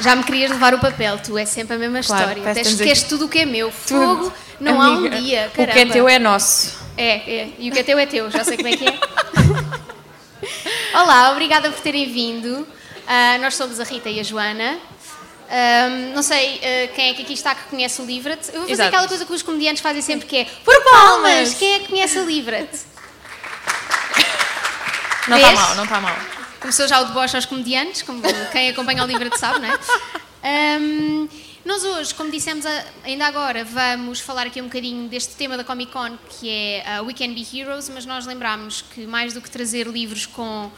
Já me querias levar o papel, tu é sempre a mesma Claro, história. parece que Tens, estamos aqui. queres tudo o que é meu. Fogo, Tudo. não há Amiga, um dia. O Caramba. que é teu é nosso. É, é. E o que é teu é teu, já sei como é que é. Olá, obrigada por terem vindo. Ah, nós somos a Rita e a Joana. Ahm, não sei ah, quem é que aqui está que conhece o Livret. Eu vou fazer Exato. aquela coisa que os comediantes fazem sempre que é por palmas! Quem é que conhece a Livret? Não está Vês? tá mal, não está mal. Começou já o deboche aos comediantes, como quem acompanha o Livret sabe, não é? Ahm, nós hoje, como dissemos a- ainda agora, vamos falar aqui um bocadinho deste tema da Comic Con, que é a We Can Be Heroes, mas nós lembramos que mais do que trazer livros com,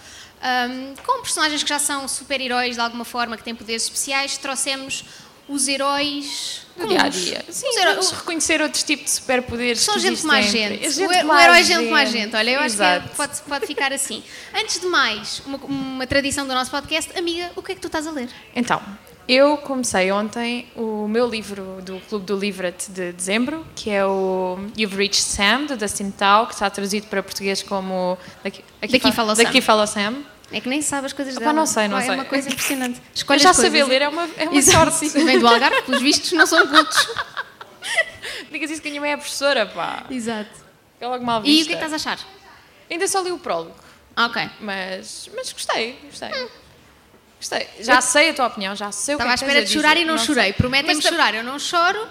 ahm, com personagens que já são super-heróis de alguma forma, que têm poderes especiais, trouxemos os heróis No comuns. dia a dia. Sim, Os temos heróis- de reconhecer outros tipos de superpoderes. só que gente como a existem. gente. É o, he- o como a herói é gente como a gente. Olha, eu acho Exato. que é pode, pode ficar assim. Antes de mais, uma, uma tradição do nosso podcast, amiga, o que é que tu estás a ler? Então, eu comecei ontem o meu livro do Clube do Livret de dezembro, que é o You've Reached Sam, do Dustin Tao, que está traduzido para português como Daqui, Daqui fala o Sam. Daqui Fala o Sam. É que nem sabe as coisas Epá, dela. não sei, não Pá, sei. É uma coisa impressionante. Eu Escolhe já as coisas. saber ler é uma, é uma Exato. sorte. Vem do Algarve, pelos vistos, não são cultos. Digas isso que a minha mãe é professora, pá. Exato. É logo mal vista. E o que é que estás a achar? Ainda só li o prólogo, Ah, ok. mas, mas gostei, gostei. Gostei. Já sei a tua opinião, já sei o Estava Hum. à que é que espera de tens a chorar dizer. e não, sei. chorei. Prometem-me Mas tam- chorar. Eu não choro.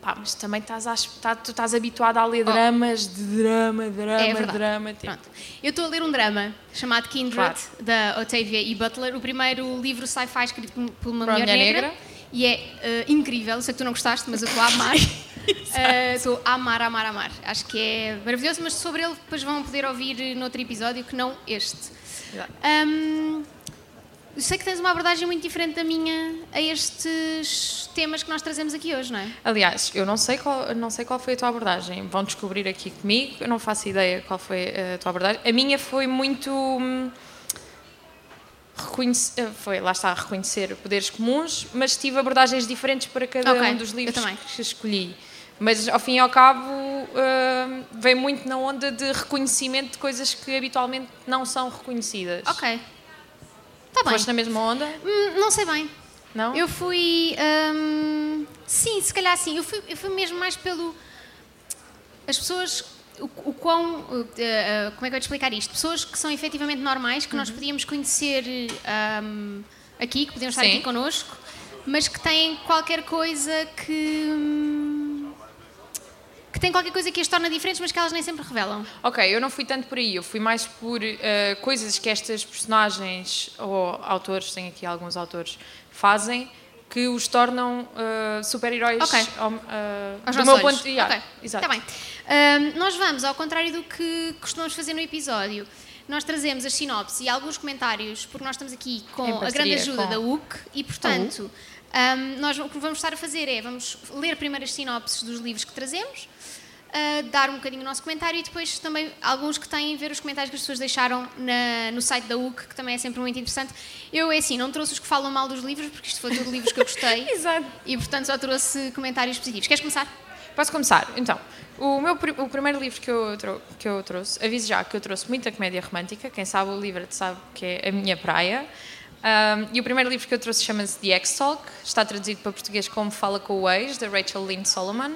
Pá, mas também estás, às- tá- tu estás habituada a ler dramas de drama, drama, Oh. é verdade. drama. Tipo. Pronto. Eu estou a ler um drama chamado Kindred, Claro. da Octavia E. Butler, o primeiro livro sci-fi escrito por por uma Por uma mulher, mulher negra. negra. E é eh, incrível. Eu Sei que tu não gostaste, mas eu estou a amar. Eh, Estou a amar, amar, amar. Acho que é maravilhoso, mas sobre ele depois vão poder ouvir eh, noutro episódio que não este. Exato. Ahm, eu sei que tens uma abordagem muito diferente da minha a estes temas que nós trazemos aqui hoje, não é? Aliás, eu não sei, qual, eu não sei qual foi a tua abordagem. Vão descobrir aqui comigo. Eu não faço ideia qual foi eh, a tua abordagem. A minha foi muito. hum, reconhece- eh, foi, lá está, reconhecer poderes comuns, mas tive abordagens diferentes para cada Ok, um dos eu livros também. que escolhi. Mas ao fim e ao cabo hum, vem muito na onda de reconhecimento de coisas que habitualmente não são reconhecidas. Ok. Está bem. Foste na mesma onda? Hum, não sei bem. Não? Eu fui. hum, sim, se calhar sim. Eu fui, eu fui mesmo mais pelo. As pessoas. O, o quão. uh, eh, como é que eu vou te explicar isto? Pessoas que são efetivamente normais, que nós Uhum. podíamos conhecer eh, hum, aqui, que podiam estar Sim. aqui connosco, mas que têm qualquer coisa que. hum, que têm qualquer coisa que as torna diferentes, mas que elas nem sempre revelam. Ok, eu não fui tanto por aí, eu fui mais por eh, coisas que estas personagens ou autores, tem aqui alguns autores, fazem que os tornam eh, super-heróis Ok. ao- eh, Aos nossos do meu olhos. ponto de yeah, Ok, exato. Tá bem. Ahm, nós vamos, ao contrário do que costumamos fazer no episódio, nós trazemos as sinopses e alguns comentários, porque nós estamos aqui Em com a parceria grande ajuda com- da UC e, portanto, ahm, nós o que vamos estar a fazer é, vamos ler primeiro as sinopses dos livros que trazemos, ah, dar um bocadinho o nosso comentário e depois também alguns que têm a ver os comentários que as pessoas deixaram na- no site da UC, que também é sempre muito interessante. Eu, é assim, não trouxe os que falam mal dos livros, porque isto foi tudo livros que eu gostei. Exato. E portanto só trouxe comentários positivos. Queres começar? Posso começar? Então, o, meu, pri- o primeiro livro que eu, trou- que eu trouxe, aviso já que eu trouxe muita comédia romântica, quem sabe o livro sabe que é a minha praia. Ahm, e o primeiro livro que eu trouxe chama-se The Ex-Talk, está traduzido para português como Fala com o Ex, da Rachel Lynn Solomon.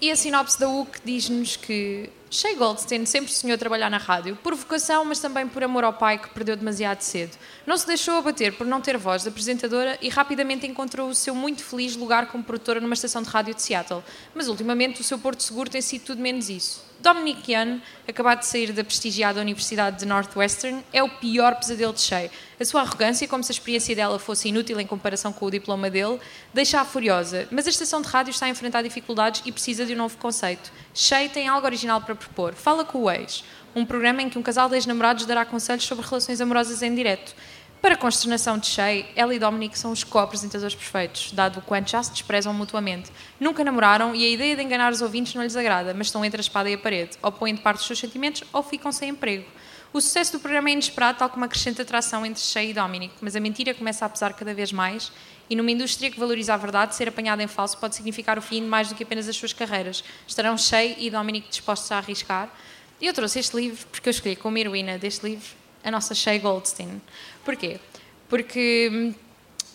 E a sinopse da UC diz-nos que Shea Goldstein sempre sonhou trabalhar na rádio, por vocação, mas também por amor ao pai que perdeu demasiado cedo. Não se deixou abater por não ter voz de apresentadora e rapidamente encontrou o seu muito feliz lugar como produtora numa estação de rádio de Seattle. Mas ultimamente o seu porto seguro tem sido tudo menos isso. Dominic Young, acabado de sair da prestigiada Universidade de Northwestern, é o pior pesadelo de Shea. A sua arrogância, como se a experiência dela fosse inútil em comparação com o diploma dele, deixa-a furiosa. Mas a estação de rádio está a enfrentar dificuldades e precisa de um novo conceito. Shea tem algo original para propor. Fala com o Ex, um programa em que um casal de ex-namorados dará conselhos sobre relações amorosas em direto. Para a consternação de Shea, ela e Dominic são os co-apresentadores perfeitos, dado o quanto já se desprezam mutuamente. Nunca namoraram e a ideia de enganar os ouvintes não lhes agrada, mas estão entre a espada e a parede. Ou põem de parte os seus sentimentos ou ficam sem emprego. O sucesso do programa é inesperado, tal como a crescente atração entre Shea e Dominic, mas a mentira começa a pesar cada vez mais e numa indústria que valoriza a verdade, ser apanhada em falso pode significar o fim de mais do que apenas as suas carreiras. Estarão Shea e Dominic dispostos a arriscar? E eu trouxe este livro porque eu escolhi como heroína deste livro a nossa Shea Goldstein. Porquê? Porque hum,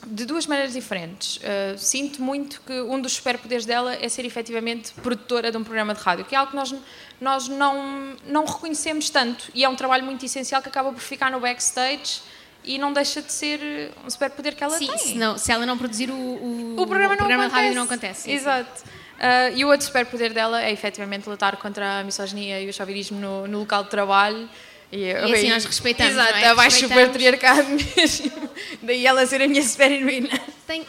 de duas maneiras diferentes. Uh, sinto muito que um dos superpoderes dela é ser efetivamente produtora de um programa de rádio, que é algo que nós, nós não, não reconhecemos tanto e é um trabalho muito essencial que acaba por ficar no backstage e não deixa de ser um superpoder que ela Sim, tem. se, não- se ela não produzir o, o, o programa, o programa não de acontece. rádio não acontece. sim, sim. Exato. Ah, e o outro superpoder dela é efetivamente lutar contra a misoginia e o chauvinismo no, no local de trabalho. E, assim nós respeitamos, Exato, não é? abaixo do Respeitamos. patriarcado mesmo. Daí ela ser a minha super heroína. Tenho,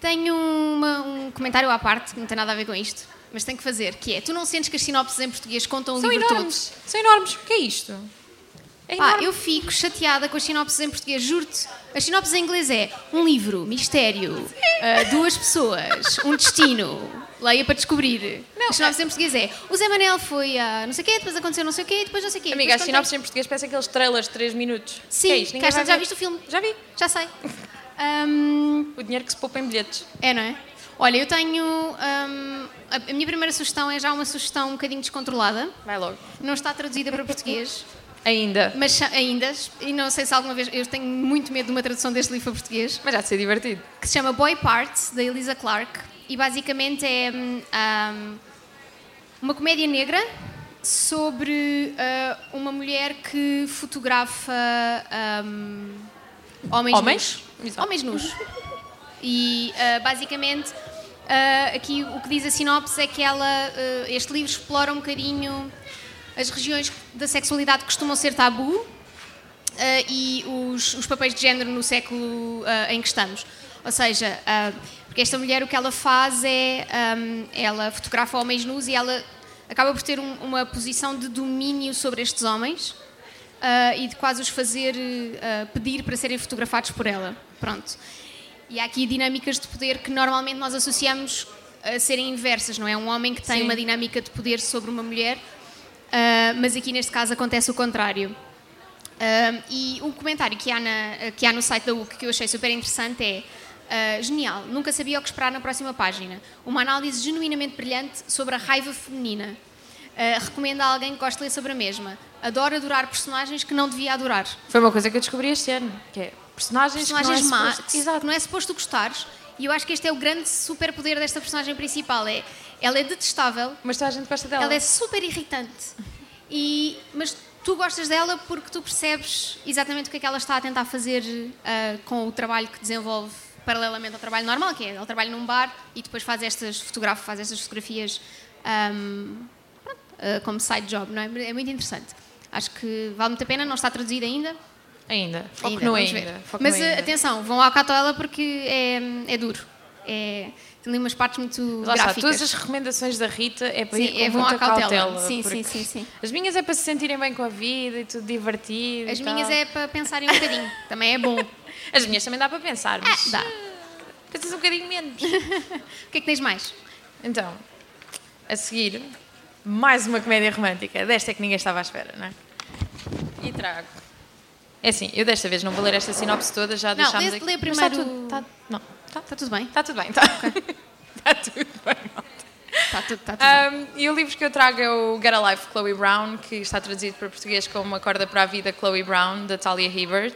tenho uma- um comentário à parte que não tem nada a ver com isto, mas tenho que fazer, que é, tu não sentes que as sinopses em português contam o São livro todo? enormes. São enormes. O que é isto? É Pá, enorme. eu fico chateada com as sinopses em português, juro-te. As sinopses em inglês é um livro, mistério, ah, duas pessoas, um destino, leia para descobrir. Não, as sinopses em português é o Zé Manel foi a não sei o quê, depois aconteceu não sei o quê, depois não sei o quê. Amiga, depois as conta- sinopses em português parecem aqueles trailers de 3 minutos. Sim, que é isto? Ninguém cá está, vai já ver. viste o filme? Já vi. Já sei. Ahm, O dinheiro que se poupa em bilhetes. É, não é? Olha, eu tenho. hum, a, a minha primeira sugestão é já uma sugestão um bocadinho descontrolada. Vai logo. Não está traduzida para português, Ainda. mas cha- ainda, e não sei se alguma vez. Eu tenho muito medo de uma tradução deste livro para português, Mas há de ser divertido. que se chama Boy Parts, da Elisa Clarke, e basicamente é hum, hum, uma comédia negra sobre ah, uma mulher que fotografa hum, homens, Homens? nus. Exato. Homens nus. E ah, basicamente ah, aqui o que diz a sinopse é que ela, ah, este livro explora um bocadinho as regiões da sexualidade que costumam ser tabu ah, e os, os papéis de género no século ah, em que estamos. Ou seja, ah, porque esta mulher o que ela faz é ahm, ela fotografa homens nus e ela acaba por ter um- uma posição de domínio sobre estes homens ah, e de quase os fazer ah, pedir para serem fotografados por ela. Pronto. E há aqui dinâmicas de poder que normalmente nós associamos a serem inversas, não é? Um homem que tem Sim. uma dinâmica de poder sobre uma mulher, ah, mas aqui neste caso acontece o contrário. Um, e um comentário que há, na- que há no site da UC que eu achei super interessante é ah, genial, nunca sabia o que esperar na próxima página. Uma análise genuinamente brilhante sobre a raiva feminina. Ah, recomendo a alguém que goste de ler sobre a mesma. Adoro adorar personagens que não devia adorar. Foi uma coisa que eu descobri este ano, que é personagens, Personagens que não é más, suposto- que Exato. não é suposto gostares. E eu acho que este é o grande superpoder desta personagem principal. É, ela é detestável, Mas toda a gente gosta dela. ela é super irritante. E, mas tu gostas dela porque tu percebes exatamente o que é que ela está a tentar fazer ah, com o trabalho que desenvolve paralelamente ao trabalho normal, que é ela trabalha num bar e depois faz estas fotografias, faz estas fotografias ahm, pronto, ah, como side job, não é? É muito interessante. Acho que vale muito a pena, não está traduzida ainda. Ainda. Foco Ainda, no vamos ainda. ver. Foco Mas no ah, ainda. atenção, vão à catoela porque é, é duro. É, tem ali umas partes muito Lá está, gráficas. todas as recomendações da Rita é para Sim, ir com é, vão muita à cautela. Sim, porque sim, sim, sim. As minhas é para se sentirem bem com a vida e tudo divertido. As e minhas tal. é para pensarem um bocadinho. Também é bom. As minhas também dá para pensar, Ah, mas dá. pensas um bocadinho menos. O que é que tens mais? Então, a seguir, mais uma comédia romântica. Desta é que ninguém estava à espera, não é? E trago. É assim, eu desta vez não vou ler esta sinopse toda, já deixámos lê- aqui. lê Mas está primeiro- tudo- está- não, está, Está Tá tudo bem? está tudo bem. Está, está tudo bem, malta. Está Tá tudo, está tudo bem. Um, e o livro que eu trago é o Get a Life, Chloe Brown, que está traduzido para português como Uma Corda para a Vida, Chloe Brown, da Talia Hibbert.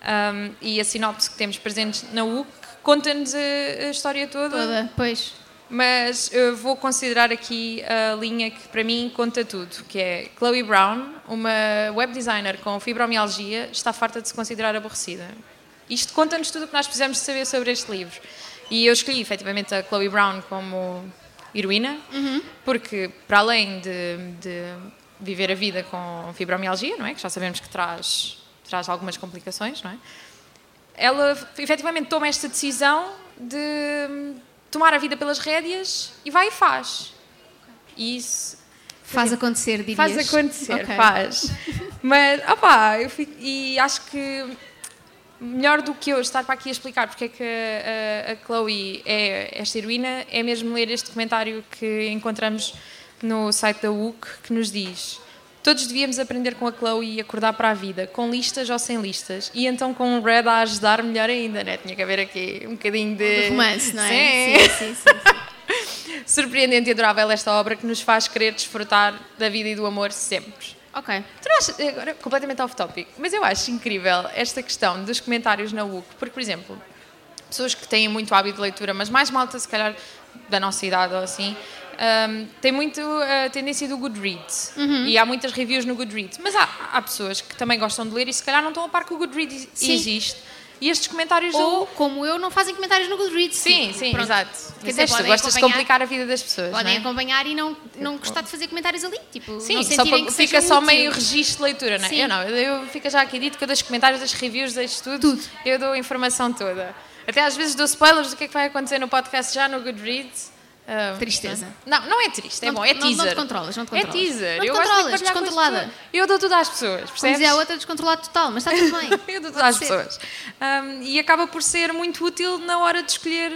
Um, e a sinopse que temos presente na UC conta-nos a, a história Toda, pois. mas eu vou considerar aqui a linha que para mim conta tudo, que é Chloe Brown, uma web designer com fibromialgia, está farta de se considerar aborrecida. Isto conta-nos tudo o que nós precisamos de saber sobre este livro. E eu escolhi efetivamente a Chloe Brown como heroína, porque para além de, de viver a vida com fibromialgia, não é? que já sabemos que traz, traz algumas complicações, não é? ela efetivamente toma esta decisão de hum, tomar a vida pelas rédeas e vai e faz. E isso Faz acontecer, dirias. faz acontecer, Ok. faz. Mas, opá, eu fico, e acho que melhor do que eu estar para aqui a explicar porque é que a, a- a Chloe é esta heroína, é mesmo ler este comentário que encontramos no site da UC que nos diz. Todos devíamos aprender com a Chloe e acordar para a vida, com listas ou sem listas. E então com um Red a ajudar, melhor ainda, né? Tinha que haver aqui um bocadinho de. De romance, não Sim. é? Sim, sim, sim. Surpreendente e adorável esta obra que nos faz querer desfrutar da vida e do amor sempre. ok. Tu não achas, agora completamente off topic, mas eu acho incrível esta questão dos comentários na UC, porque, por exemplo, pessoas que têm muito hábito de leitura, mas mais malta, se calhar, da nossa idade ou assim, hum, tem muito a tendência do Goodreads. Uhum. E há muitas reviews no Goodreads. Mas há, há pessoas que também gostam de ler e se calhar não estão a par que o Goodreads Sim. existe. E estes comentários Ou, do... como eu, não fazem comentários no Goodreads. Sim, tipo, sim, pronto. exato. Quer dizer, Disseste, podem gostas de acompanhar- complicar a vida das pessoas, Podem não é? acompanhar e não, não gostar de fazer comentários ali. Tipo, Sim, não só sentirem para- que fica seja só útil. meio registro de leitura, não é? Sim. Eu não, eu, eu fica já aqui dito que eu deixo comentários, deixo reviews, deixo tudo, Eu dou a informação toda. Até às vezes dou spoilers do que é que vai acontecer no podcast já no Goodreads. Ah, Tristeza. Não, não é triste, é Não- bom, é não- não te teaser. controlas, não te É controlas. teaser. Não te eu gosto de controlas, partilhar com as descontrolada. pessoas. Eu dou tudo às pessoas, Como percebes? dizia a outra, descontrolado total, mas está tudo bem. Eu dou tudo às Sim. pessoas. Ah, e acaba por ser muito útil na hora de escolher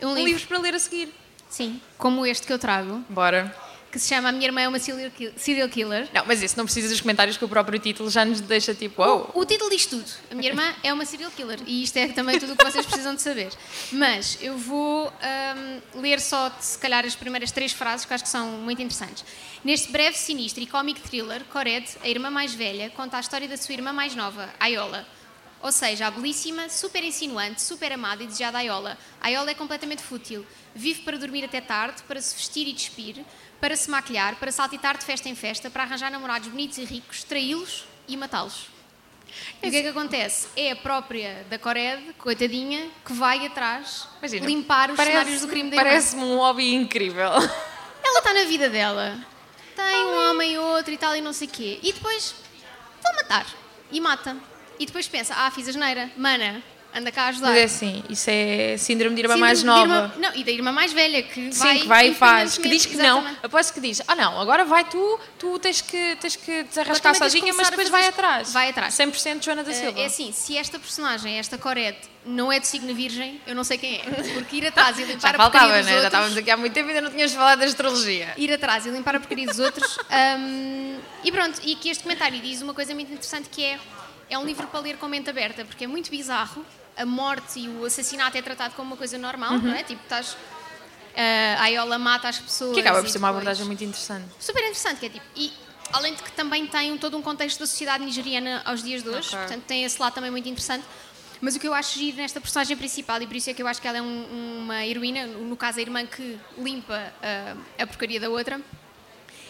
Um um livro, livro. para ler a seguir. Sim, como este que eu trago, Bora. que se chama A Minha Irmã é uma Serial Kill- Serial Killer. Não, mas isso não precisa dos comentários que o próprio título já nos deixa tipo, uau. O título diz tudo. A minha irmã é uma serial killer. E isto é também tudo o que vocês precisam de saber. Mas eu vou ahm, ler só, se calhar, as primeiras três frases que acho que são muito interessantes. Neste breve, sinistro e cómic thriller, Cored, a irmã mais velha, conta a história da sua irmã mais nova, Ayola. Ou seja, a belíssima, super insinuante, super amada e desejada Ayola. Ayola é completamente fútil. Vive para dormir até tarde, para se vestir e despir, para se maquilhar, para saltitar de festa em festa, para arranjar namorados bonitos e ricos, traí-los e matá-los. E o que é que acontece? É a própria da Cored, coitadinha, que vai atrás Imagina, limpar os parece- cenários do crime da irmã. Parece-me um hobby incrível. Ela está na vida dela. Tem um homem e outro e tal e não sei o quê. E depois vão matar. E mata. E depois pensa, ah, fiz a geneira. Mana, anda cá a ajudar. Mas é assim, isso é síndrome de irmã Síndrome mais de nova. irmã- não, e da irmã mais velha que Sim, vai... que vai e faz, que independentemente- diz que não. Exatamente. Aposto que diz, ah não, agora vai tu, tu tens que, tens que desarrascar Agora também tens é que sozinha, mas começar a depois fazer vai as- atrás. vai atrás. 100% Joana da Silva. É assim, se esta personagem, esta Corete, não é de signo virgem, eu não sei quem é. Porque ir atrás e limpar Já a porcaria faltava, dos né? Já outros- estávamos aqui há muito tempo e ainda não tínhamos falado da astrologia. ir atrás e limpar a porcaria dos outros. Hum, e pronto, e aqui este comentário diz uma coisa muito interessante que é é um livro para ler com mente aberta, porque é muito bizarro. A morte e o assassinato é tratado como uma coisa normal, não é? Tipo, estás... ah, a Aiola mata as pessoas. Uhum. Que acaba e por ser uma depois- abordagem muito interessante. super interessante, que é tipo, e além de que também tem um- todo um contexto da sociedade nigeriana aos dias de hoje, Ok. portanto tem esse lado também muito interessante. Mas o que eu acho giro nesta personagem principal, e por isso é que eu acho que ela é um- uma heroína, no caso a irmã que limpa ah, a porcaria da outra,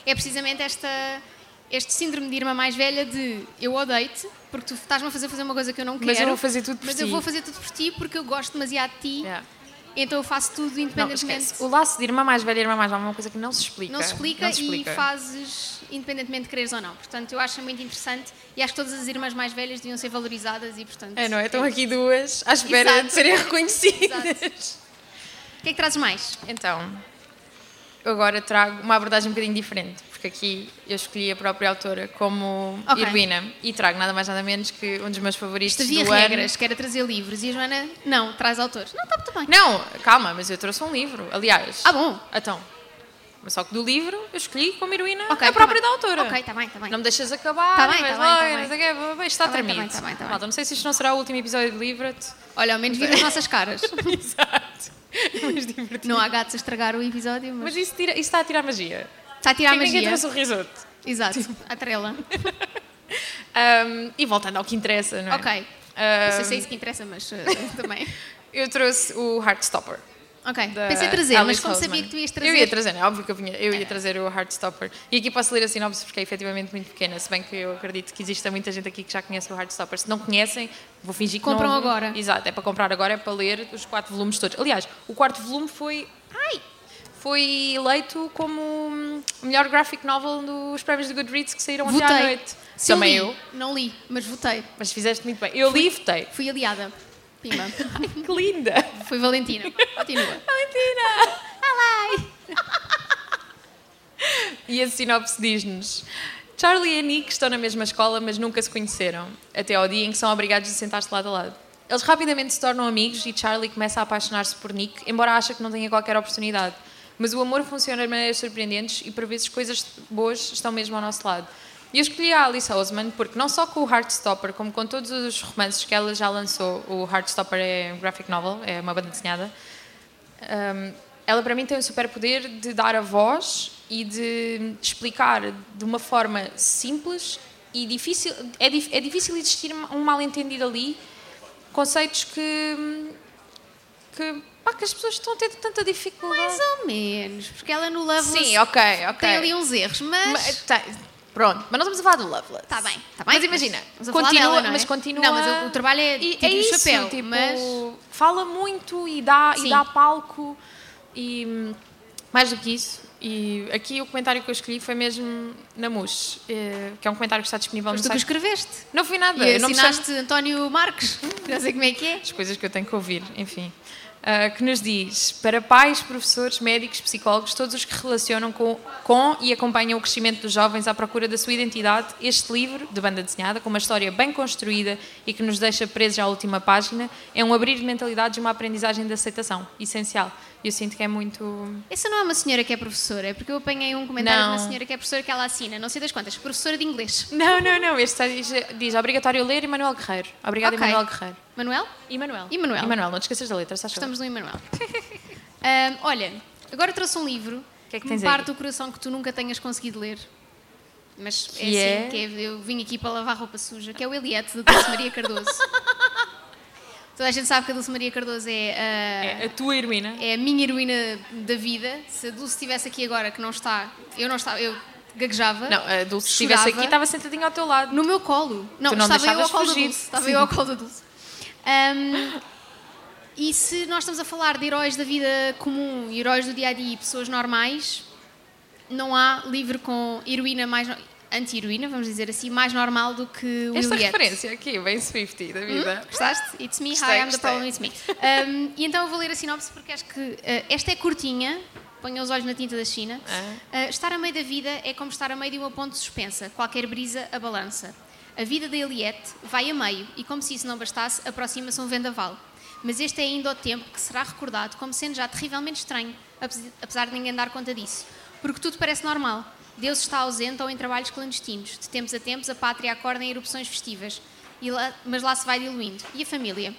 é precisamente esta, este síndrome de irmã mais velha de eu odeio-te, porque tu estás-me a fazer fazer uma coisa que eu não quero. Mas eu vou fazer tudo por mas ti. eu vou fazer tudo por ti porque eu gosto demasiado de ti, Yeah. então eu faço tudo Não, independentemente. esquece. O laço de irmã mais velha e irmã mais nova é uma coisa que não se explica. Não se explica, Não se explica. e fazes independentemente de quereres ou não. Portanto, eu acho muito interessante e acho que todas as irmãs mais velhas deviam ser valorizadas e, portanto. É, não é? Estão aqui duas à espera Exato. de serem reconhecidas. O que é que trazes mais? Então, eu agora trago uma abordagem um bocadinho diferente, porque aqui eu escolhi a própria autora como Ok. heroína e trago nada mais nada menos que um dos meus favoritos Isto havia do regras, ano. que era trazer livros e a Joana, não, traz autores. Não, está muito bem. Não, calma, mas eu trouxe um livro, aliás. Ah, bom. Então, mas só que do livro eu escolhi como heroína Ok, a tá própria bem. da autora. Ok, tá bem, tá bem. Não me deixas acabar, Tá bem, vais tá lá, bem, tá bem. não sei o quê, blá, blá, blá, está Tá bem, tá tremido. bem, tá bem, tá bem. Malta, não sei se isto não será o último episódio do Livret. Olha, ao menos vir é. as nossas caras. Exato. Mas divertido. não há gatos a estragar o episódio, mas, Mas isso, tira- isso está a tirar magia. está a tirar a Quem- é Quem magia. trouxe o risoto? Exato, a trela. Um, e voltando ao que interessa, não é? Ok. Um, Não sei se é isso que interessa, mas eh, também. Eu trouxe o Heartstopper. Ok, da pensei em trazer, mas Alice como Housman. sabia que tu ias trazer. Eu ia trazer, é óbvio que eu, vinha, eu ia trazer o Heartstopper. E aqui posso ler a sinopse porque é efetivamente muito pequena, se bem que eu acredito que exista muita gente aqui que já conhece o Heartstopper. Se não conhecem, vou fingir que Compram não... ouviram. agora. Exato, é para comprar agora, é para ler os quatro volumes todos. Aliás, o quarto volume foi... Ai! Foi eleito como hum, o melhor graphic novel dos prémios de Goodreads que saíram ontem à Votei. noite. Se Também li, eu. Não li, mas votei. Mas fizeste muito bem. Eu li e votei. Fui aliada. Pimba. Que linda! Fui Valentina. Continua. Valentina! E a sinopse diz-nos: Charlie e Nick estão na mesma escola, mas nunca se conheceram, até ao dia em que são obrigados a sentar-se lado a lado. Eles rapidamente se tornam amigos e Charlie começa a apaixonar-se por Nick, embora ache que não tenha qualquer oportunidade. Mas o amor funciona de maneiras surpreendentes e por vezes coisas boas estão mesmo ao nosso lado. E eu escolhi a Alice Oseman porque não só com o Heartstopper, como com todos os romances que ela já lançou, o Heartstopper é um graphic novel, é uma banda desenhada, um, ela para mim tem o superpoder de dar a voz e de explicar de uma forma simples e difícil é, dif- é difícil existir um mal entendido ali conceitos que hum, que, pá, que as pessoas estão a ter tanta dificuldade. Mais ou menos, porque ela no Love Sim, ok, ok. é tem ali uns erros, mas. Mas, tá, pronto, mas nós estamos a falar do Loveless. Está Tá bem, está bem. Mas imagina, Vamos a falar continua, dela, não é? mas continua. Não, mas o, o trabalho é E tipo é isso, chapéu, tipo, mas. fala muito e dá, e Sim. dá palco e hum, mais do que isso. E aqui o comentário que eu escolhi foi mesmo na MUS, eh, que é um comentário que está disponível Mas no tu que site. escreveste. Não fui nada, E assim eu não me chamo- assinaste António Marques, não sei como é que é. as coisas que eu tenho que ouvir, enfim, Ah, que nos diz para pais, professores, médicos, psicólogos, todos os que relacionam com, com e acompanham o crescimento dos jovens à procura da sua identidade, este livro de banda desenhada, com uma história bem construída e que nos deixa presos à última página, é um abrir de mentalidades e uma aprendizagem de aceitação, essencial. E eu sinto que é muito. Essa não é uma senhora que é professora, é porque eu apanhei um comentário de uma Não. senhora que é professora que ela assina, não sei das quantas, professora de inglês. Não, não, não, este diz, diz obrigatório ler Emanuel Guerreiro. Obrigada, Ok. Emanuel Guerreiro. Manuel? Emanuel. Emanuel. Emanuel, não te esqueças da letra, sabes? Estamos no Emanuel. Ahm, olha, agora trouxe um livro que é que me tens aí? parte o coração que tu nunca tenhas conseguido ler. Mas é Que assim é? que é- eu vim aqui para lavar roupa suja, que é o Eliette de Dulce Maria Cardoso. Toda a gente sabe que a Dulce Maria Cardoso é, ah, É a tua heroína. é a minha heroína da vida. Se a Dulce estivesse aqui agora, que não está, eu não estava, eu gaguejava. Não, a Dulce, se Chorava. estivesse aqui, estava sentadinha ao teu lado. No meu colo. Não, Tu não estava eu deixavas ao colo da fugir. Dulce. Estava Sim. eu ao colo da Dulce. Ahm, e se nós estamos a falar de heróis da vida comum, heróis do dia a dia, pessoas normais, não há livro com heroína mais. No... anti-heroína, vamos dizer assim, mais normal do que o Esta Juliette. referência aqui, bem Swifty da vida. Gostaste? It's me, Gostei, hi, I'm the gostei. problem, it's me. Um, e então eu vou ler a sinopse porque acho que uh, esta é curtinha, ponha os olhos na tinta da China. Uh, estar a meio da vida é como estar a meio de uma ponte suspensa, qualquer brisa a balança. A vida da Eliette vai a meio e, como se isso não bastasse, aproxima-se um vendaval. Mas este é ainda o tempo que será recordado como sendo já terrivelmente estranho, apes- apesar de ninguém dar conta disso. Porque tudo parece normal. Deus está ausente ou em trabalhos clandestinos. De tempos a tempos, a pátria acorda em erupções festivas. E lá- mas lá se vai diluindo. E a família?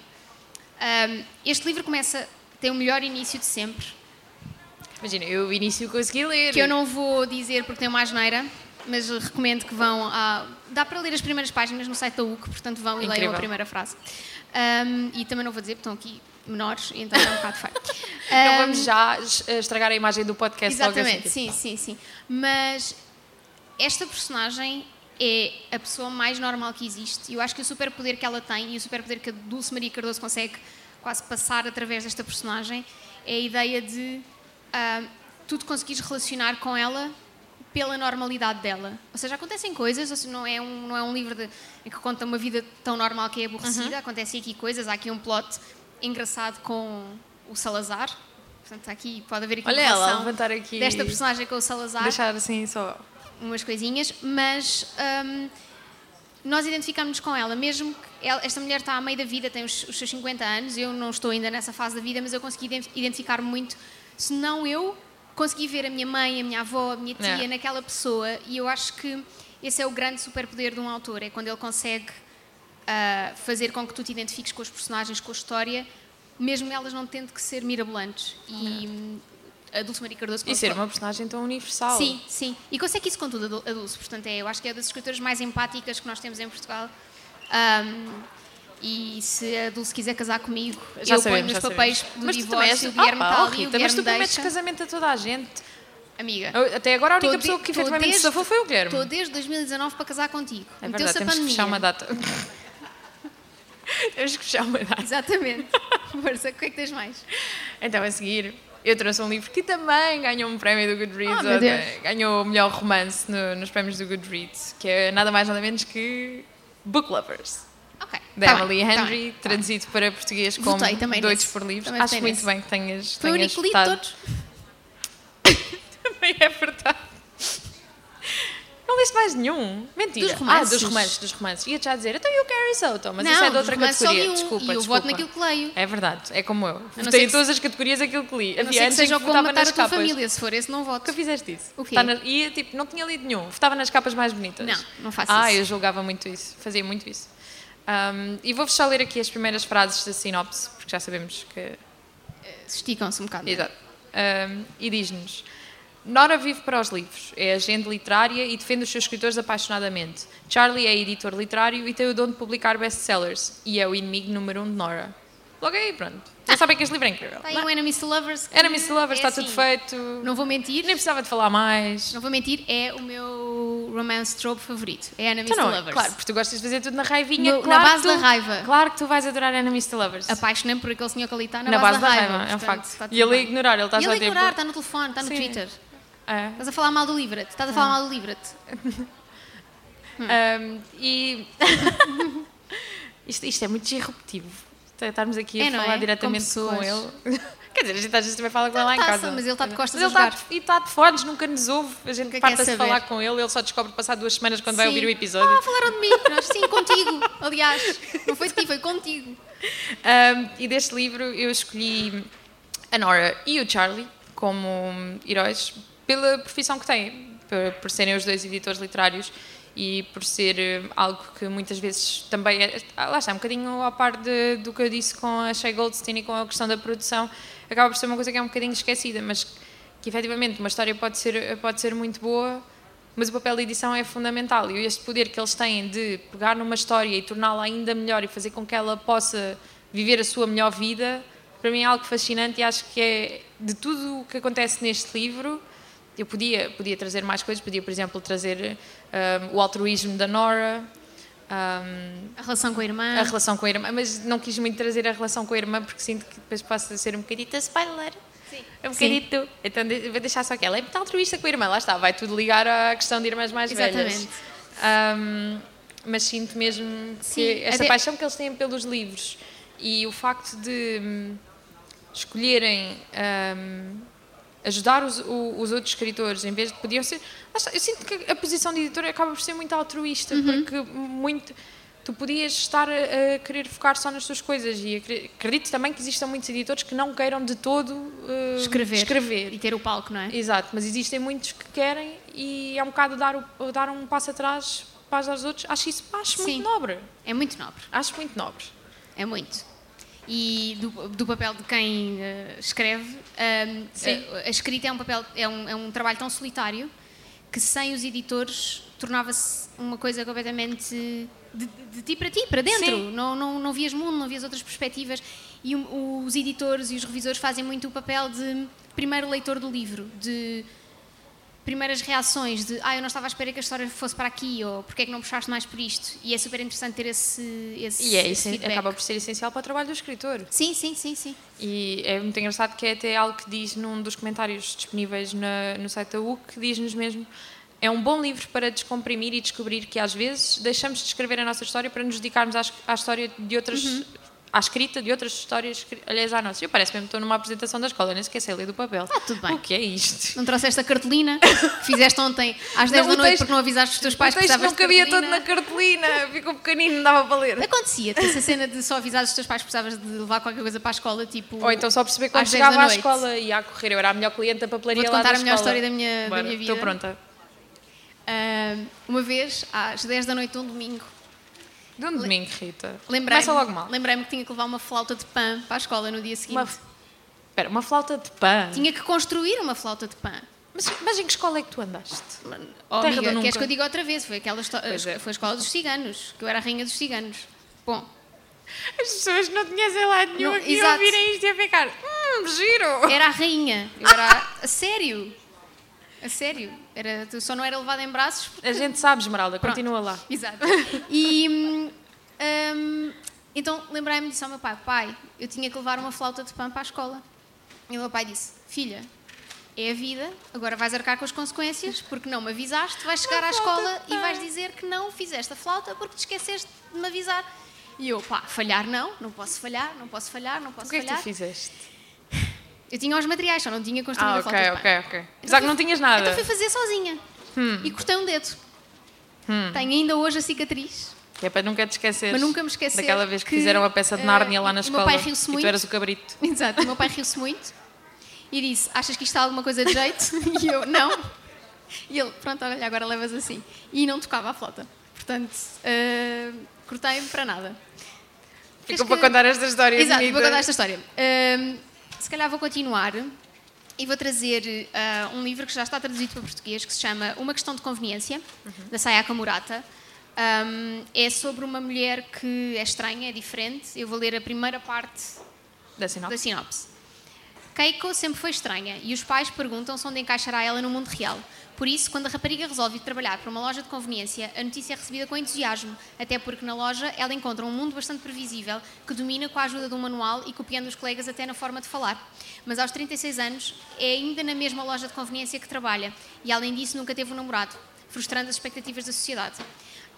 Ahm, este livro começa, tem o melhor início de sempre, Imagina, eu o início consegui ler. que eu não vou dizer porque tem uma asneira, mas recomendo que vão a. Dá para ler as primeiras páginas no site da UC, portanto vão e leiam Incrível. a primeira frase. Ahm, e também não vou dizer, porque estão aqui menores, então é um bocado feio. Não Ahm, vamos já es- eh, estragar a imagem do podcast logo ehm, Exatamente, assim, tipo, sim, sim, sim. Mas esta personagem é a pessoa mais normal que existe. Eu acho que o superpoder que ela tem e o superpoder que a Dulce Maria Cardoso consegue quase passar através desta personagem é a ideia de ah, tu te conseguires relacionar com ela pela normalidade dela. Ou seja, acontecem coisas, ou seja, não, é um, não é um livro de- em que conta uma vida tão normal que é aborrecida, Uhum. acontecem aqui coisas, há aqui um plot engraçado com o Salazar. Portanto, há aqui, pode haver aqui tipo, Olha uma ela, relação levantar aqui- desta personagem com o Salazar Deixar assim só. umas coisinhas, mas hum, nós identificamos-nos com ela, mesmo que ela- esta mulher está a meio da vida, tem os, os seus 50 anos, eu não estou ainda nessa fase da vida, mas eu consegui ident- identificar-me muito, se não eu consegui ver a minha mãe, a minha avó, a minha tia É. naquela pessoa, e eu acho que esse é o grande superpoder de um autor, é quando ele consegue ah, fazer com que tu te identifiques com os personagens, com a história, mesmo elas não tendo que ser mirabolantes. E hum, a Dulce Maria Cardoso... É. E ser uma personagem tão universal. Sim, sim. E consegue isso com tudo a Dul- a Dulce. Portanto, é, eu acho que é das escritoras mais empáticas que nós temos em Portugal. Ahm, e se a Dulce quiser casar comigo, Já eu sabemos, ponho já nos papéis sabemos. do mas tu também és... divórcio, o Guilherme Opa, está oh, ali, o Rita, mas tu Guilherme prometes deixa. casamento a toda a gente. Amiga, Eu- Até agora a única tô pessoa de- que tô efetivamente desde- safou foi o Guilherme. Estou desde 2019 para casar contigo. É Meteu-se a verdade, temos que fechar uma pandemia. data. temos que fechar uma data. Exatamente. Força, o que é que tens mais? Então, a seguir, eu trouxe um livro que também ganhou um prémio do Goodreads. Oh, meu Deus. ontem. ganhou o melhor romance no- nos prémios do Goodreads, que é nada mais nada menos que Book Lovers, Ok. da tá Emily bem, tá bem, Henry, tá bem. traduzido para português como Votei também Doidos nesse. por Livros. Também Acho votei muito nesse. bem que tenhas Foi o tenhas único livro de votado. todos. Também é verdade. Não leste mais nenhum? Mentira. Dos romances. Ah, dos romances, dos romances. Ia-te já dizer, então e o Carrie Soto, mas Não, isso é de outra dos romances só categoria. li um, desculpa, e eu desculpa. voto naquilo que leio. É verdade, é como eu. ser Votei em que- todas as categorias aquilo que li. A não É, Havia ser que antes em seja que como votava matar a nas tua capas. família, se for esse, não voto. Nunca fizeste isso. O quê? Tá na- E tipo, não tinha lido nenhum. Votava nas capas mais bonitas. Não, não faço ah, isso. eu julgava muito isso. Fazia muito isso. Ahm, e vou-vos só ler aqui as primeiras frases da sinopse, porque já sabemos que Esticam-se um bocado. não é? Exato. Um, e diz-nos: Nora vive para os livros, é agente literária e defende os seus escritores apaixonadamente. Charlie é editor literário e tem o dom de publicar best-sellers, e é o inimigo número um de Nora. Logo aí, pronto. Já Ah. sabem que este livro é incrível. Tem o Tá um Enemies to Lovers. que Era Miss Lovers, é está tudo assim, feito. Não vou mentir, Nem precisava de falar mais. não vou mentir, é o meu romance trope favorito. É Enemies Então to não, Lovers. claro, porque tu gostas de fazer tudo na raivinha. No- na claro que base tu- da raiva. Claro que tu vais adorar Enemies to Lovers. Apaixonei-me por aquele senhor que ali está na, na base da raiva. raiva, é um portanto, facto. está tudo E ele a bem. ignorar, ele está E ele só a a dizer, ignorar, tá- está no telefone, está no Sim. Hum. Twitter. É. Estás a falar mal do Livret, estás a falar mal do Livret. Hum. Um, e isto, isto é muito disruptivo. Estarmos aqui a É, não falar é? diretamente Com com, pessoas. ele. Quer dizer, a gente às vezes também fala com ele lá em Tá-se, casa. mas ele tá de costas Mas ele a tá de- e está de fones, nunca nos ouve. A gente Que quer parte-se de saber? falar com ele, ele só descobre passado duas semanas quando vai Sim. ouvir o episódio. Ah, falaram de mim. Nós, sim, contigo. Aliás, não foi de ti, foi contigo. Um, e deste livro eu escolhi a Nora e o Charlie como heróis pela profissão que têm, por, por serem os dois editores literários e por ser eh, algo que muitas vezes também. É, ah, lá está, um bocadinho à par de- do que eu disse com a Shea Goldstein e com a questão da produção, acaba por ser uma coisa que é um bocadinho esquecida, mas que efetivamente uma história pode ser, pode ser muito boa mas o papel da edição é fundamental e este poder que eles têm de pegar numa história e torná-la ainda melhor e fazer com que ela possa viver a sua melhor vida, para mim é algo fascinante e acho que é de tudo o que acontece neste livro. Eu podia, podia trazer mais coisas, podia, por exemplo, trazer ah, o altruísmo da Nora, ah, A relação com a irmã. a relação com a irmã, mas não quis muito trazer a relação com a irmã porque sinto que depois passa a ser um bocadito spoiler. Sim. Um bocadito. Então de- vou deixar só que ela é muito altruísta com a irmã, lá está, vai tudo ligar à questão de irmãs mais velhas. Exatamente. Ahm, mas sinto mesmo que Sim, esta até- paixão que eles têm pelos livros e o facto de hum, escolherem hum, ajudar os, o- os outros escritores em vez de podiam ser. Lá está, Eu sinto que a posição de editora acaba por ser muito altruísta, Uhum. porque muito. Tu podias estar a, a querer focar só nas tuas coisas e acre- acredito também que existam muitos editores que não queiram de todo hum, Escrever. escrever. E ter o palco, não é? Exato, mas existem muitos que querem e é um bocado dar, o- dar um passo atrás para ajudar os outros. Acho isso acho Sim. muito nobre. É muito nobre. Acho muito nobre. É muito. E do, do papel de quem eh, escreve, ahm, Sim. a, a escrita é um, papel, é, um, é um trabalho tão solitário que sem os editores tornava-se uma coisa completamente de, de ti para ti, para dentro. Sim. Não, não, não vias mundo, não vias outras perspectivas. E o- os editores e os revisores fazem muito o papel de primeiro leitor do livro, de primeiras reações de ah, eu não estava à espera que a história fosse para aqui, ou porque é que não puxaste mais por isto. E é super interessante ter esse, esse, E é esse isso, feedback. acaba por ser essencial para o trabalho do escritor. Sim, sim, sim, sim. E é muito engraçado que é até algo que diz num dos comentários disponíveis na- no site da UC, que diz-nos mesmo é um bom livro para descomprimir e descobrir que às vezes deixamos de escrever a nossa história para nos dedicarmos às- à, história de outras... À escrita de outras histórias escri- alheias à nossa. Eu parece mesmo que estou numa apresentação da escola, nem esqueci ler do papel. Ah, tudo bem. O que é isto? Não trouxeste a cartolina que fizeste ontem às 10 Não, da o noite texto- porque não avisaste os teus O pais Tipo, que texto precisavas não cabia de todo na cartolina. cartolina, ficou pequenino, não dava para ler. Acontecia-te essa cena de só avisares os teus pais que precisavas de levar qualquer coisa para a escola, tipo... Ou então só perceber quando Às 10 da chegava à noite. escola e ia a correr. Eu era a melhor cliente da papelaria Vou-te lá contar da a melhor escola. história da minha- da Bora, minha Estou vida. pronta. ah, uma vez, às 10 da noite de um domingo, De um domingo, Rita. lembrei-me Começa logo mal. lembrei que tinha que levar uma flauta de pã para a escola no dia seguinte. Uma, espera, uma flauta de pã. Tinha que construir uma flauta de pã. Mas, mas em que escola é que tu andaste? Oh, Terra amiga, do nunca. queres que eu diga outra vez? Foi, aquela histó- Pois é. foi a escola dos ciganos, que eu era a rainha dos ciganos. Bom, As pessoas não conhecem lá nenhum Não, e exato. ouvirem isto e a ficar. Hum, giro! Era a rainha. Eu era a, a sério. A sério. Era, tu só não era levada em braços. A gente sabe, Esmeralda, É. Pronto. continua lá. Exato. E hum, hum, então lembrei-me disso ao meu pai. Pai, eu tinha que levar uma flauta de pão para a escola. E o meu pai disse, filha, é a vida, agora vais arcar com as consequências, porque não me avisaste, vais chegar à flauta escola de e pão. vais dizer que não fizeste a flauta porque te esqueceste de me avisar. E eu, pá, falhar não, não posso falhar, não posso falhar, não O posso que é que tu falhar. fizeste? eu tinha os materiais, só não tinha construído Ah, a ok, flauta de pão. ok, ok. Apesar que não tinhas nada. Hum. Então fui fazer sozinha. E cortei um dedo. Tenho ainda hoje a cicatriz. Que é para nunca te esquecer. Mas nunca me esquecer Daquela vez que, que, fizeram a peça de eh, Nárnia lá na o meu escola. pai riu-se E muito. tu eras o cabrito. Exato. O meu pai riu-se muito e disse: Achas que isto está alguma coisa de jeito? E eu: Não. E ele: Pronto, olha, agora levas assim. E não tocava a flauta. Portanto, eh, cortei-me para nada. Queres Ficou para que- contar esta história. Exato, bonita. vou contar esta história. Ahm, se calhar vou continuar e vou trazer ah, um livro que já está traduzido para português que se chama Uma Questão de Conveniência, da Sayaka Murata. Um, é sobre uma mulher que é estranha, é diferente. Eu vou ler a primeira parte Da sinopse. da sinopse. Keiko sempre foi estranha e os pais perguntam-se onde encaixará ela no mundo real. Por isso, quando a rapariga resolve ir trabalhar para uma loja de conveniência, a notícia é recebida com entusiasmo, até porque na loja ela encontra um mundo bastante previsível que domina com a ajuda de um manual e copiando os colegas até na forma de falar. Mas aos 36 anos é ainda na mesma loja de conveniência que trabalha e, além disso, nunca teve um namorado, frustrando as expectativas da sociedade.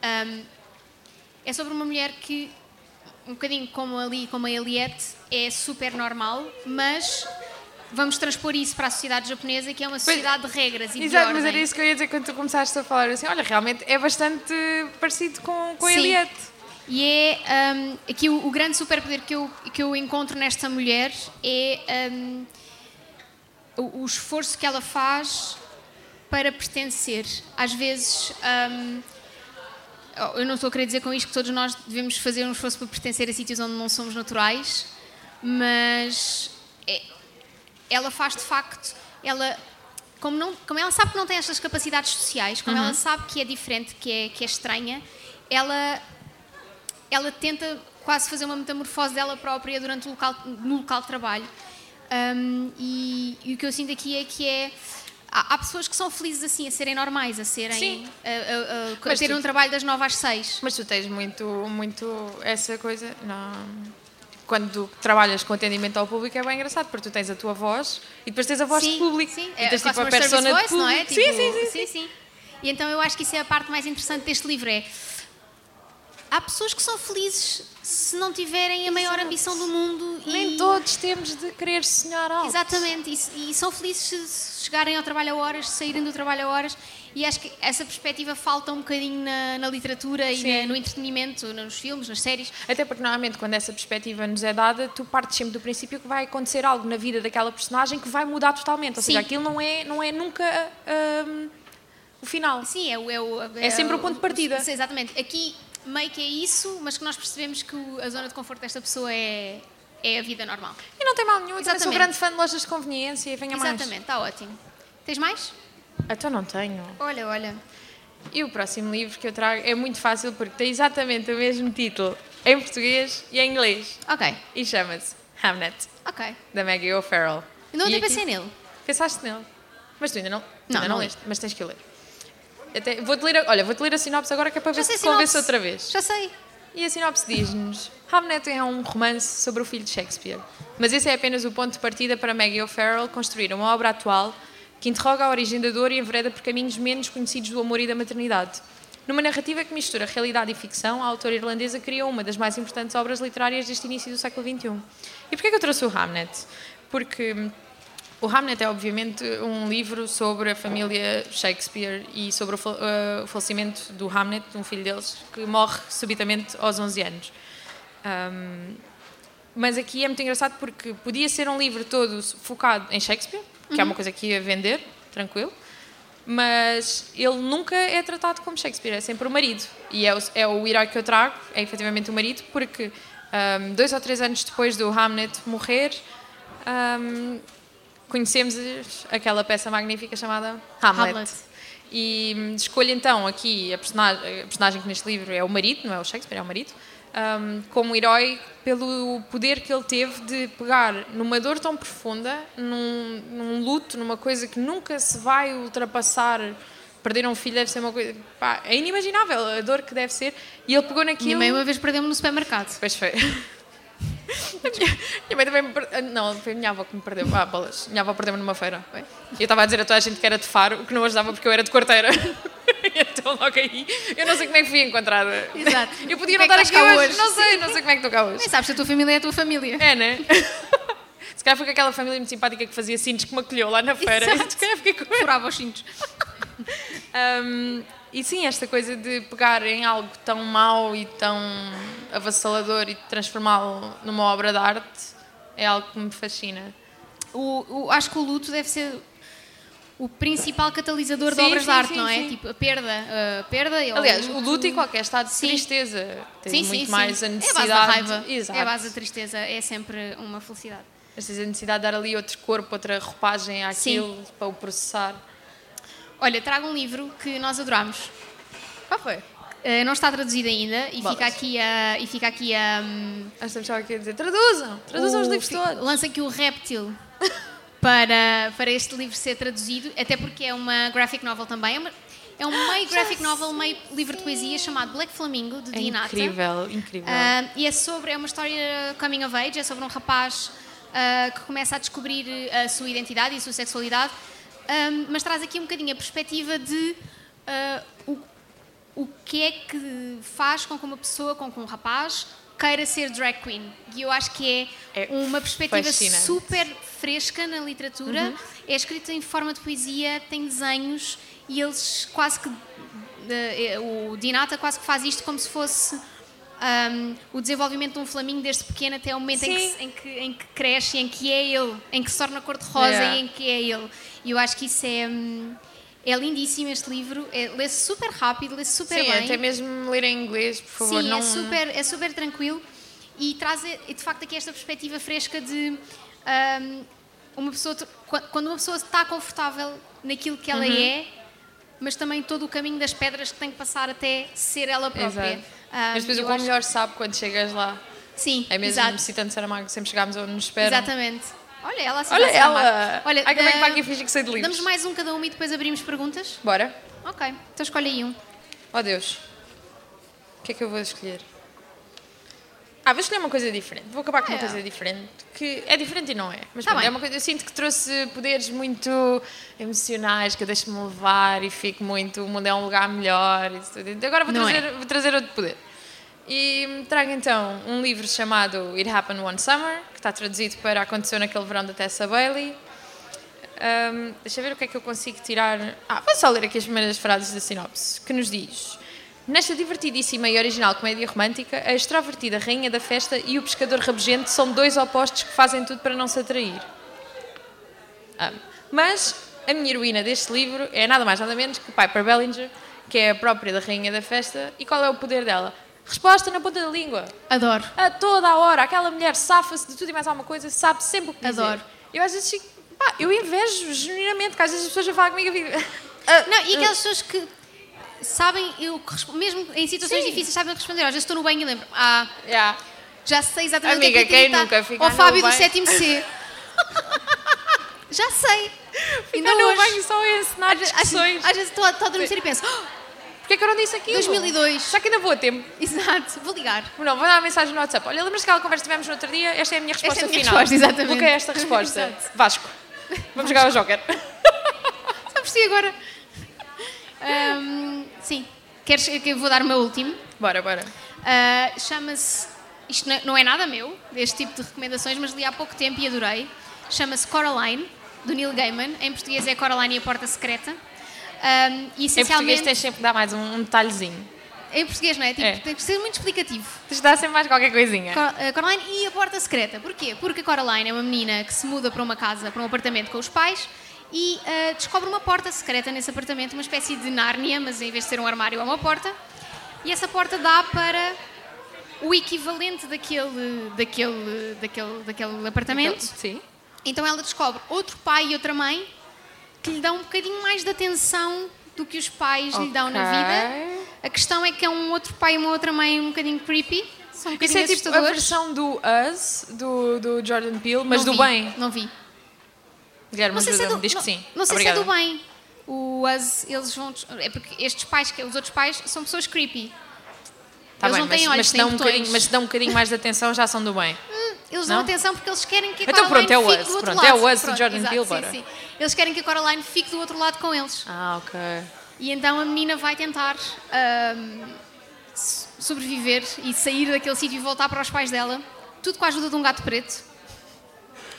Ahm, é sobre uma mulher que, um bocadinho como ali, como a Eliette, é super normal, mas vamos transpor isso para a sociedade japonesa, que é uma sociedade de regras e Exato, de mas ordem. era isso que eu ia dizer quando tu começaste a falar assim. Olha, realmente é bastante parecido com, com a Sim. Eliette. E é hum, aqui o, o grande superpoder que eu, que eu encontro nesta mulher é hum, o, o esforço que ela faz para pertencer. Às vezes, hum, oh, eu não estou a querer dizer com isto que todos nós devemos fazer um esforço para pertencer a sítios onde não somos naturais, mas é- ela faz de facto, ela como, não, como ela sabe que não tem estas capacidades sociais, como Uhum. ela sabe que é diferente, que é, que é estranha, ela ela tenta quase fazer uma metamorfose dela própria durante o local, no local de trabalho. Um, e, e o que eu sinto aqui é que é. Há, há pessoas que são felizes assim, a serem normais, a serem. Sim. A, a- a- a Mas terem tu- um trabalho das 9 às 6. Mas tu tens muito, muito essa coisa. Não. Quando tu trabalhas com atendimento ao público é bem engraçado, porque tu tens a tua voz e depois tens a voz sim, de público. Sim, e é tens tipo a customer service persona de voice, público. não é? sim, Tipo, sim, sim, sim, sim. E então eu acho que isso é a parte mais interessante deste livro: é. Há pessoas que são felizes se não tiverem a maior ambição do mundo e- Nem todos temos de querer sonhar algo. Exatamente, e, e são felizes se- se chegarem ao trabalho a horas, se saírem do trabalho a horas, e acho que essa perspectiva falta um bocadinho na, na literatura e Sim. na- no entretenimento, nos filmes, nas séries. Até porque normalmente quando essa perspectiva nos é dada, tu partes sempre do princípio que vai acontecer algo na vida daquela personagem que vai mudar totalmente. Ou seja, Sim. aquilo não é, não é nunca hum, o final. Sim, é, o- é, o- É sempre o ponto de partida. Sim, exatamente. Aqui meio que é isso, mas que nós percebemos que o- a zona de conforto desta pessoa é, é a vida normal. E não tem mal nenhum, eu também sou Exatamente. grande fã de lojas de conveniência e venha É mais. Exatamente, está ótimo. Tens mais? Até Então não tenho. Olha, olha. E o próximo livro que eu trago é muito fácil porque tem exatamente o mesmo título em português e em inglês. Ok, E chama-se Hamnet, ok. da Maggie O'Farrell. Não E até aqui- pensei nele. Pensaste nele. Mas tu ainda não, tu Não, ainda não não, li. leste, mas tens que o ler. Até- vou-te ler a- olha, vou-te ler a sinopse agora que é para ver Já sei se a te convence sinopse. outra vez. Já sei. E a sinopse diz-nos: Hamlet é um romance sobre o filho de Shakespeare. Mas esse é apenas o ponto de partida para Maggie O'Farrell construir uma obra atual que interroga a origem da dor e envereda por caminhos menos conhecidos do amor e da maternidade. Numa narrativa que mistura realidade e ficção, a autora irlandesa criou uma das mais importantes obras literárias deste início do século XXI. E porquê que eu trouxe o Hamlet? Porque hum, o Hamlet é obviamente um livro sobre a família Shakespeare e sobre o, fa- eh, o falecimento do Hamlet, um filho deles, que morre subitamente aos 11 anos. Ahm, mas aqui é muito engraçado porque podia ser um livro todo focado em Shakespeare, que é uma coisa que ia vender, tranquilo, mas ele nunca é tratado como Shakespeare, é sempre o marido. E é o, é o herói que eu trago, é efetivamente o marido, porque ahm, dois ou três anos depois do Hamlet morrer, ahm, conhecemos aquela peça magnífica chamada Hamlet. Hamlet. E hum, escolho então aqui a personagem, a personagem que neste livro é o marido, não é o Shakespeare, é o marido, hum, como herói pelo poder que ele teve de pegar numa dor tão profunda, num, num luto, numa coisa que nunca se vai ultrapassar. Perder um filho deve ser uma coisa. pá, é inimaginável a dor que deve ser. E ele pegou naquilo. Minha mãe uma vez perdeu-me no supermercado. Pois foi. A minha, minha mãe também me perdeu. Não, foi a minha avó que me perdeu. Ah, bolas. Minha avó perdeu-me numa feira. E eu estava a dizer a toda a gente que era de faro, o que não ajudava porque eu era de quarteira. então logo aí. Eu não sei como é que fui encontrada. Exato. Eu podia Como não é que estar estás aqui cá hoje. hoje? Não sei, não sei como é que estou cá hoje. Nem sabes se a tua família é a tua família. É, né? Se calhar foi com aquela família muito simpática que fazia cintos que me acolheu lá na feira. Exato. Se calhar é, fiquei com Furava os cintos. Hum, e sim, esta coisa de pegar em algo tão mau e tão avassalador e transformá-lo numa obra de arte é algo que me fascina. O, o- acho que o luto deve ser o principal catalisador de Sim, obras sim, de arte, sim, não é? sim. Tipo, a perda. A perda ou Aliás, o luto e qualquer estado de é Sim. tristeza tem Sim, sim, muito sim. mais a necessidade. É a base da raiva. Exato. É a base da tristeza. É sempre uma felicidade. Mas tens a necessidade de dar ali outro corpo, outra roupagem àquilo para o processar. Olha, trago um livro que nós adorámos. Qual foi? Eh, não está traduzido ainda e Bolas. fica aqui a. E fica aqui a hum, Nós estamos só aqui a dizer, traduzam, traduzam os o- livros fi- todos. Lança aqui o réptil para, para este livro ser traduzido, até porque é uma graphic novel também. É, uma- é um meio graphic novel, meio livro de poesia chamado Black Flamingo, de Ah, É Dinata. incrível, incrível. Ah, e é sobre, é uma história coming of age, é sobre um rapaz ah, que começa a descobrir a sua identidade e a sua sexualidade, ahm, mas traz aqui um bocadinho a perspectiva de ah, o, o que é que faz com que uma pessoa, com que um rapaz queira ser drag queen. E eu acho que é, É uma perspectiva fascinante. super fresca na literatura. Uhum. É escrito em forma de poesia, tem desenhos e eles quase que. eh, eh, o Dinata quase que faz isto como se fosse ahm, o desenvolvimento de um flamingo desde pequeno até o momento em que, Sim. se- em, que, em que cresce, em que é ele, em que se torna cor-de-rosa Yeah. e em que é ele. E eu acho que isso é. hum, é lindíssimo este livro, é, lê-se super rápido, lê-se super Sim, é bem. até mesmo ler em inglês, por favor, Sim, não... é, super, é super tranquilo e traz eh, de facto aqui esta perspectiva fresca de ahm, uma pessoa tr- quan- quando uma pessoa está confortável naquilo que Uhum. ela é, mas também todo o caminho das pedras que tem que passar até ser ela própria. Exato. Ahm, Mas depois o eu quão acho- melhor sabe quando chegas lá. Sim, É mesmo exato, citando Saramago, sempre chegámos onde nos esperam. exatamente. Olha ela assim. Olha vai-se amar. ela! Olha, Ai, como é que dá- vai aqui fingir que sei de livros? Damos mais um cada um e depois abrimos perguntas? Bora. Ok, então escolhe aí um. Oh Deus. O que é que eu vou escolher? Ah, vou escolher uma coisa diferente. Vou acabar com uma É. coisa diferente. Que é diferente e não é. Mas Tá pronto, bem. é uma coisa. Eu sinto que trouxe poderes muito emocionais, que eu deixo-me levar e fico muito. O mundo é um lugar melhor. e isso tudo. Então Agora vou Não é. trazer, vou trazer outro poder. E trago então um livro chamado It Happened One Summer, que está traduzido para Aconteceu naquele verão da Tessa Bailey. Ahm, deixa eu ver o que é que eu consigo tirar. Ah, vou só ler aqui as primeiras frases da sinopse, que nos diz: Nesta divertidíssima e original comédia romântica, a extrovertida rainha da festa e o pescador rabugento são dois opostos que fazem tudo para não se atrair. Amo. Ah, Mas a minha heroína deste livro é nada mais nada menos que Piper Bellinger, que é a própria da rainha da festa. E qual é o poder dela? Resposta na ponta da língua. Adoro. A toda a hora, aquela mulher safa-se de tudo e mais alguma coisa, sabe sempre o que dizer. Adoro. Eu às vezes fico, pá, eu invejo genuinamente, que às vezes as pessoas já falam comigo e fico, Não, ah. e aquelas pessoas que sabem, eu, que respo- mesmo em situações Sim. difíceis, sabem responder. Às vezes estou no banho e lembro, ah, yeah. já sei exatamente o que é Amiga, que eu tenho quem que nunca gritar fica ao no Fábio do banho? sétimo C. já sei. Ficar no banho só a ensinar às, às discussões. vezes, às vezes estou, a- estou a adormecer e penso, "Oh, Porquê é que eu não disse aquilo? 2002. Será que ainda vou a tempo? exato, vou ligar. Não, vou dar uma mensagem no WhatsApp. Olha, lembras daquela conversa que tivemos no outro dia? Esta é a minha é a resposta minha final. resposta, exatamente. Bloqueia esta resposta. Exato. Vasco. Vamos jogar ao Joker. Sabes ti agora? Ahm, sim, queres que eu vou dar o meu último? Bora, bora. Uh, Chama-se. Isto não- não é nada meu, deste tipo de recomendações, mas li há pouco tempo e adorei. Chama-se Coraline, do Neil Gaiman. Em português é Coraline e a Porta Secreta. Um, e Em português essencialmente. tens sempre que dar mais um, um detalhezinho. Em português, não é? Tipo, É. Tem que ser muito explicativo. Tens de dar sempre mais qualquer coisinha. Cor- eh, Coraline e a porta secreta. Porquê? Porque a Coraline é uma menina que se muda para uma casa, para um apartamento com os pais e eh, descobre uma porta secreta nesse apartamento, uma espécie de Nárnia, mas em vez de ser um armário é uma porta. E essa porta dá para o equivalente daquele, daquele, daquele, daquele apartamento. Sim. Então ela descobre outro pai e outra mãe que lhe dão um bocadinho mais de atenção do que os pais lhe dão na Ok. vida. A questão é que é um outro pai e uma outra mãe um bocadinho creepy. São um Isso bocadinho é tipo a assustadores. versão do Us, do, do Jordan Peele, Não mas do vi, bem. Não vi. Guilherme, Não sei se é ajuda-me, do, diz não, que sim. não sei se é Obrigada. do bem. O as, eles vão. É porque estes pais, que os outros pais, são pessoas creepy. Tá eles bem, não têm mas, olhos, mas se têm dão um botões. bocadinho- mas se dão um bocadinho mais de atenção, já são do bem. Eles dão Não? atenção porque eles querem que a Então Coraline pronto, é o fique Us, do outro pronto, é lado. o Us do Pronto, Jordan exato, Peele, sim, bora. sim. Eles querem que a Coraline fique do outro lado com eles. Ah, ok. E então a menina vai tentar ahm, so- sobreviver e sair daquele sítio e voltar para os pais dela. Tudo com a ajuda de um gato preto.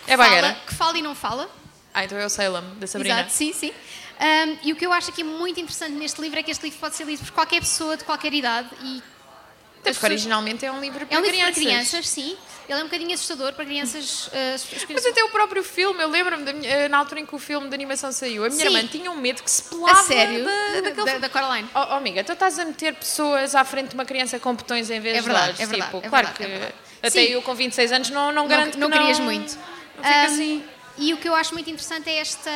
É fala, bagueira. que fala e não fala. Ah, então é o Salem, da Sabrina. Exato, sim, sim. Um, e o que eu acho aqui muito interessante neste livro é que este livro pode ser lido por qualquer pessoa de qualquer idade e Até porque originalmente é um livro para é um livro crianças. para crianças, sim. Ele é um bocadinho assustador para crianças. uh, as- as Mas crianças- até o próprio filme, eu lembro-me da minha- eh, na altura em que o filme de animação saiu, a minha Sim. irmã tinha um medo que se a pelava sério, da, daquele da, da Coraline. Oh, oh, amiga, tu estás a meter pessoas à frente de uma criança com botões em vez É verdade, de olhos. é verdade, tipo, é claro verdade, que é verdade. até Sim. eu com 26 anos não, não garanto não, que querias muito. Não fica Um, assim. E o que eu acho muito interessante é esta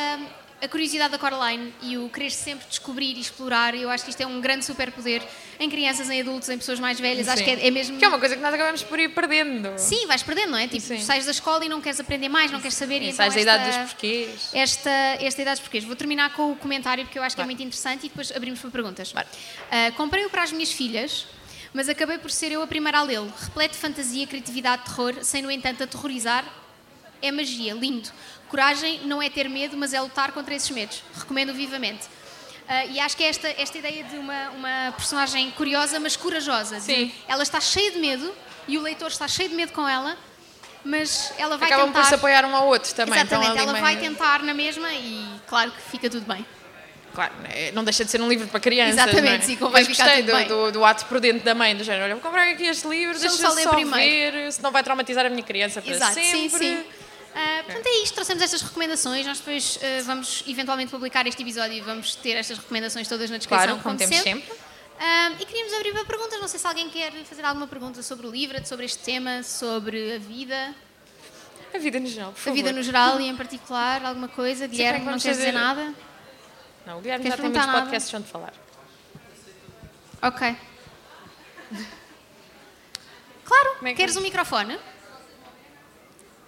a curiosidade da Coraline e o querer sempre descobrir e explorar, eu acho que isto é um grande superpoder em crianças, em adultos, em pessoas mais velhas. Acho Sim. que é, é mesmo. Que é uma coisa que nós acabamos por ir perdendo. Sim, vais perdendo, não é? Tipo, Sim. sais da escola e não queres aprender mais, não queres saber. e E então sais da idade esta- dos porquês. esta, esta idade porquês. Vou terminar com o comentário porque eu acho que é Vai. muito interessante e depois abrimos para perguntas. Vai. Ah, Comprei-o para as minhas filhas, mas acabei por ser eu a primeira a lê-lo. Repleto de fantasia, criatividade, terror, sem no entanto aterrorizar. É magia, lindo. Coragem não é ter medo, mas é lutar contra esses medos. Recomendo vivamente. Ah, e acho que é esta, esta ideia de uma, uma personagem curiosa, mas corajosa. de- Sim. Ela está cheia de medo e o leitor está cheio de medo com ela, mas ela vai Acabam tentar... por se apoiar um ao outro também. estão Exatamente, ali ela meio- vai tentar na mesma e claro que fica tudo bem. Claro, né, não deixa de ser um livro para crianças. Exatamente, não é? sim, convém Mas ficar gostei tudo do, bem. do- do ato prudente da mãe, do género. Olha, vou comprar aqui este livro, Deixa-me deixa-me só só, ler primeiro. ver, se não vai traumatizar a minha criança para Exato, sim, sempre. sim. Ah, portanto, é isto, trouxemos estas recomendações. Nós depois ah, vamos eventualmente publicar este episódio e vamos ter estas recomendações todas na descrição. Claro, como temos sempre. Ah, e queríamos abrir para perguntas. Não sei se alguém quer fazer alguma pergunta sobre o livro, sobre este tema, sobre a vida, A vida no geral, por a favor. vida no geral e em particular, alguma coisa. Guilherme, não vamos queres dizer fazer- nada? Não, o Guilherme Queres já tem muitos perguntar nada? podcasts onde falar. Ok. Claro, Como é que queres vamos? um microfone?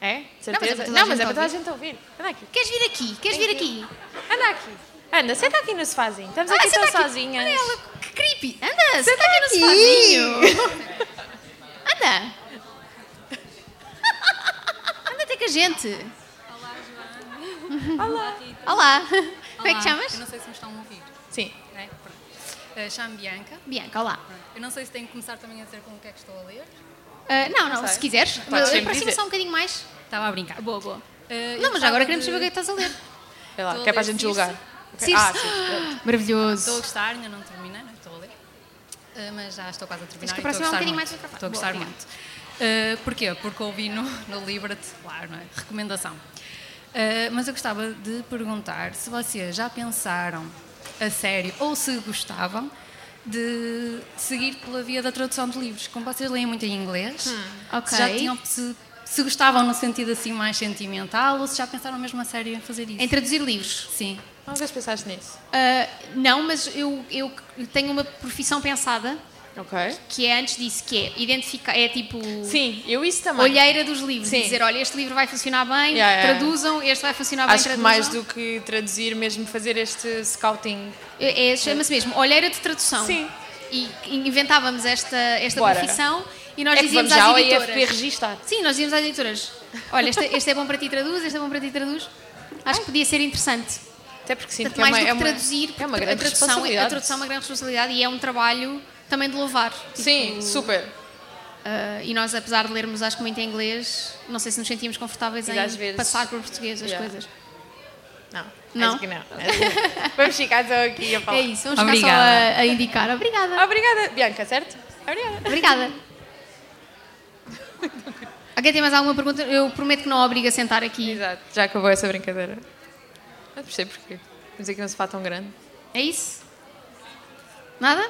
É? De Não, mas é para Certeza? toda a Não, mas gente é para toda a ouvir. gente ouvir. Anda aqui. Queres vir aqui? Queres vir aqui? Anda aqui. Anda, senta aqui no sofazinho. Estamos aqui Ah, senta tão aqui. sozinhas. Olha ela, que creepy. Anda, senta aqui no aqui. sofazinho. Anda. Anda até com a gente. Olá. Olá. Como é que Olá, te chamas? Eu não sei se me estão a ouvir. Sim. Né? Pronto. Eh, Chamo-me Bianca. Bianca, olá. Pronto. Eu não sei se tenho que começar também a dizer com o que é que estou a ler. Ah, não, não, sei. se quiseres. Podes sempre Aproxima dizer. só um bocadinho mais. Estava a brincar. Boa, boa. Eh, Não, eu mas gostava agora queremos de- saber o que é que estás a ler. Olha lá, Estou que é para a a gente ler julgar. Circe. Ah, sim. Maravilhoso. Estou a gostar, ainda não terminei, não é? estou a ler. Eh, Mas já estou quase a terminar. Tens que e estou aproximar a um gostar bocadinho muito. mais o microfone. Estou a Boa, gostar obrigada. muito. Eh, porquê? Porque ouvi no, no Libra-te, claro, não é? Recomendação. Eh, mas eu gostava de perguntar se vocês já pensaram a sério ou se gostavam de seguir pela via da tradução de livros. Como vocês leem muito em inglês, Hum, ok. se já tinham. Se, se gostavam no sentido assim mais sentimental ou se já pensaram mesmo a sério em fazer isso? Em traduzir livros. Sim. Nunca pensaste nisso. Ah, não, mas eu, eu tenho uma profissão pensada Ok. que é antes disso, que é identificar, é tipo Sim, eu isso também. olheira dos livros, Sim. dizer, olha, este livro vai funcionar bem, Yeah, yeah. traduzam, este vai funcionar Acho bem, que traduzam. mais do que traduzir, mesmo fazer este scouting. É, é, Chama-se mesmo olheira de tradução. Sim. E inventávamos esta, esta Bora. profissão e nós é que dizíamos vamos já ao às IFP editoras. registar. Sim, nós dizíamos às editoras, olha, este, este é bom para ti, traduz, este é bom para ti, traduz. Acho que podia ser interessante. Até porque sinto Portanto, que é mais uma, do que é uma- traduzir, é uma porque grande a, tradução, é- responsabilidade. a tradução é uma grande responsabilidade e é um trabalho também de louvar. Sim, Tipo, super. Uh, e nós, apesar de lermos, acho que muito em inglês, não sei se nos sentíamos confortáveis E em às vezes- passar por português as Yeah. coisas. Não, Não? acho que não. acho que não. Vamos ficar só aqui a falar. É isso, vamos ficar Obrigada. só a, a indicar. Obrigada. Obrigada, Bianca, certo? Obrigada. Obrigada. Alguém tem mais alguma pergunta? Eu prometo que não a obrigo a sentar aqui. Exato, já acabou essa brincadeira. Não percebo porquê. Mas aqui não se fala tão grande. É isso? Nada?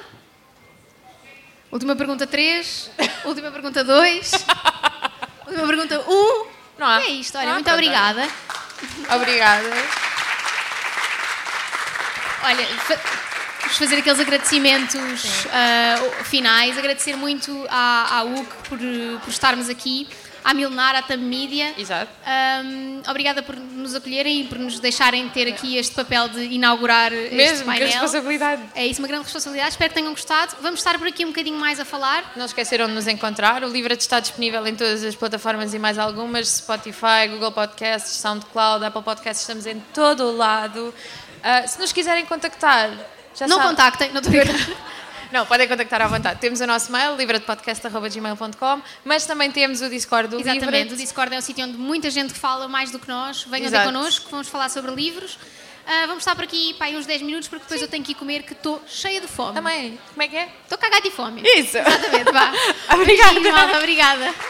Última pergunta 3, última pergunta 2, última pergunta 1. Não há. É isto, olha, Não há muito conta, obrigada. Obrigada. Olha, fa- vamos fazer aqueles agradecimentos ah, finais. Agradecer muito à, à UC por, eh, por estarmos aqui, à Milenar, à Thumb Media. Exato. Ahm, obrigada por nos acolherem e por nos deixarem ter aqui este papel de inaugurar este Mesmo, que painel. responsabilidade. É isso, uma grande responsabilidade. Espero que tenham gostado. Vamos estar por aqui um bocadinho mais a falar. Não esqueceram de nos encontrar. O livro está disponível em todas as plataformas e mais algumas: Spotify, Google Podcasts, SoundCloud, Apple Podcasts. Estamos em todo o lado. Ah, se nos quiserem contactar, já não sabem. contactem, não estou a brincar. Não, podem contactar à vontade. Temos o nosso mail, livradepodcast.gmail.com, mas também temos o Discord do Exatamente, o Livra. Discord é um sítio onde muita gente fala mais do que nós. Venham ter Exato. connosco, vamos falar sobre livros. Ah, vamos estar por aqui pá, aí uns 10 minutos, porque depois eu tenho que ir comer, que estou cheia de fome. Também, como é que é? Estou cagada de fome. Isso! Exatamente, vá. Obrigada. Beijinho, malta, obrigada.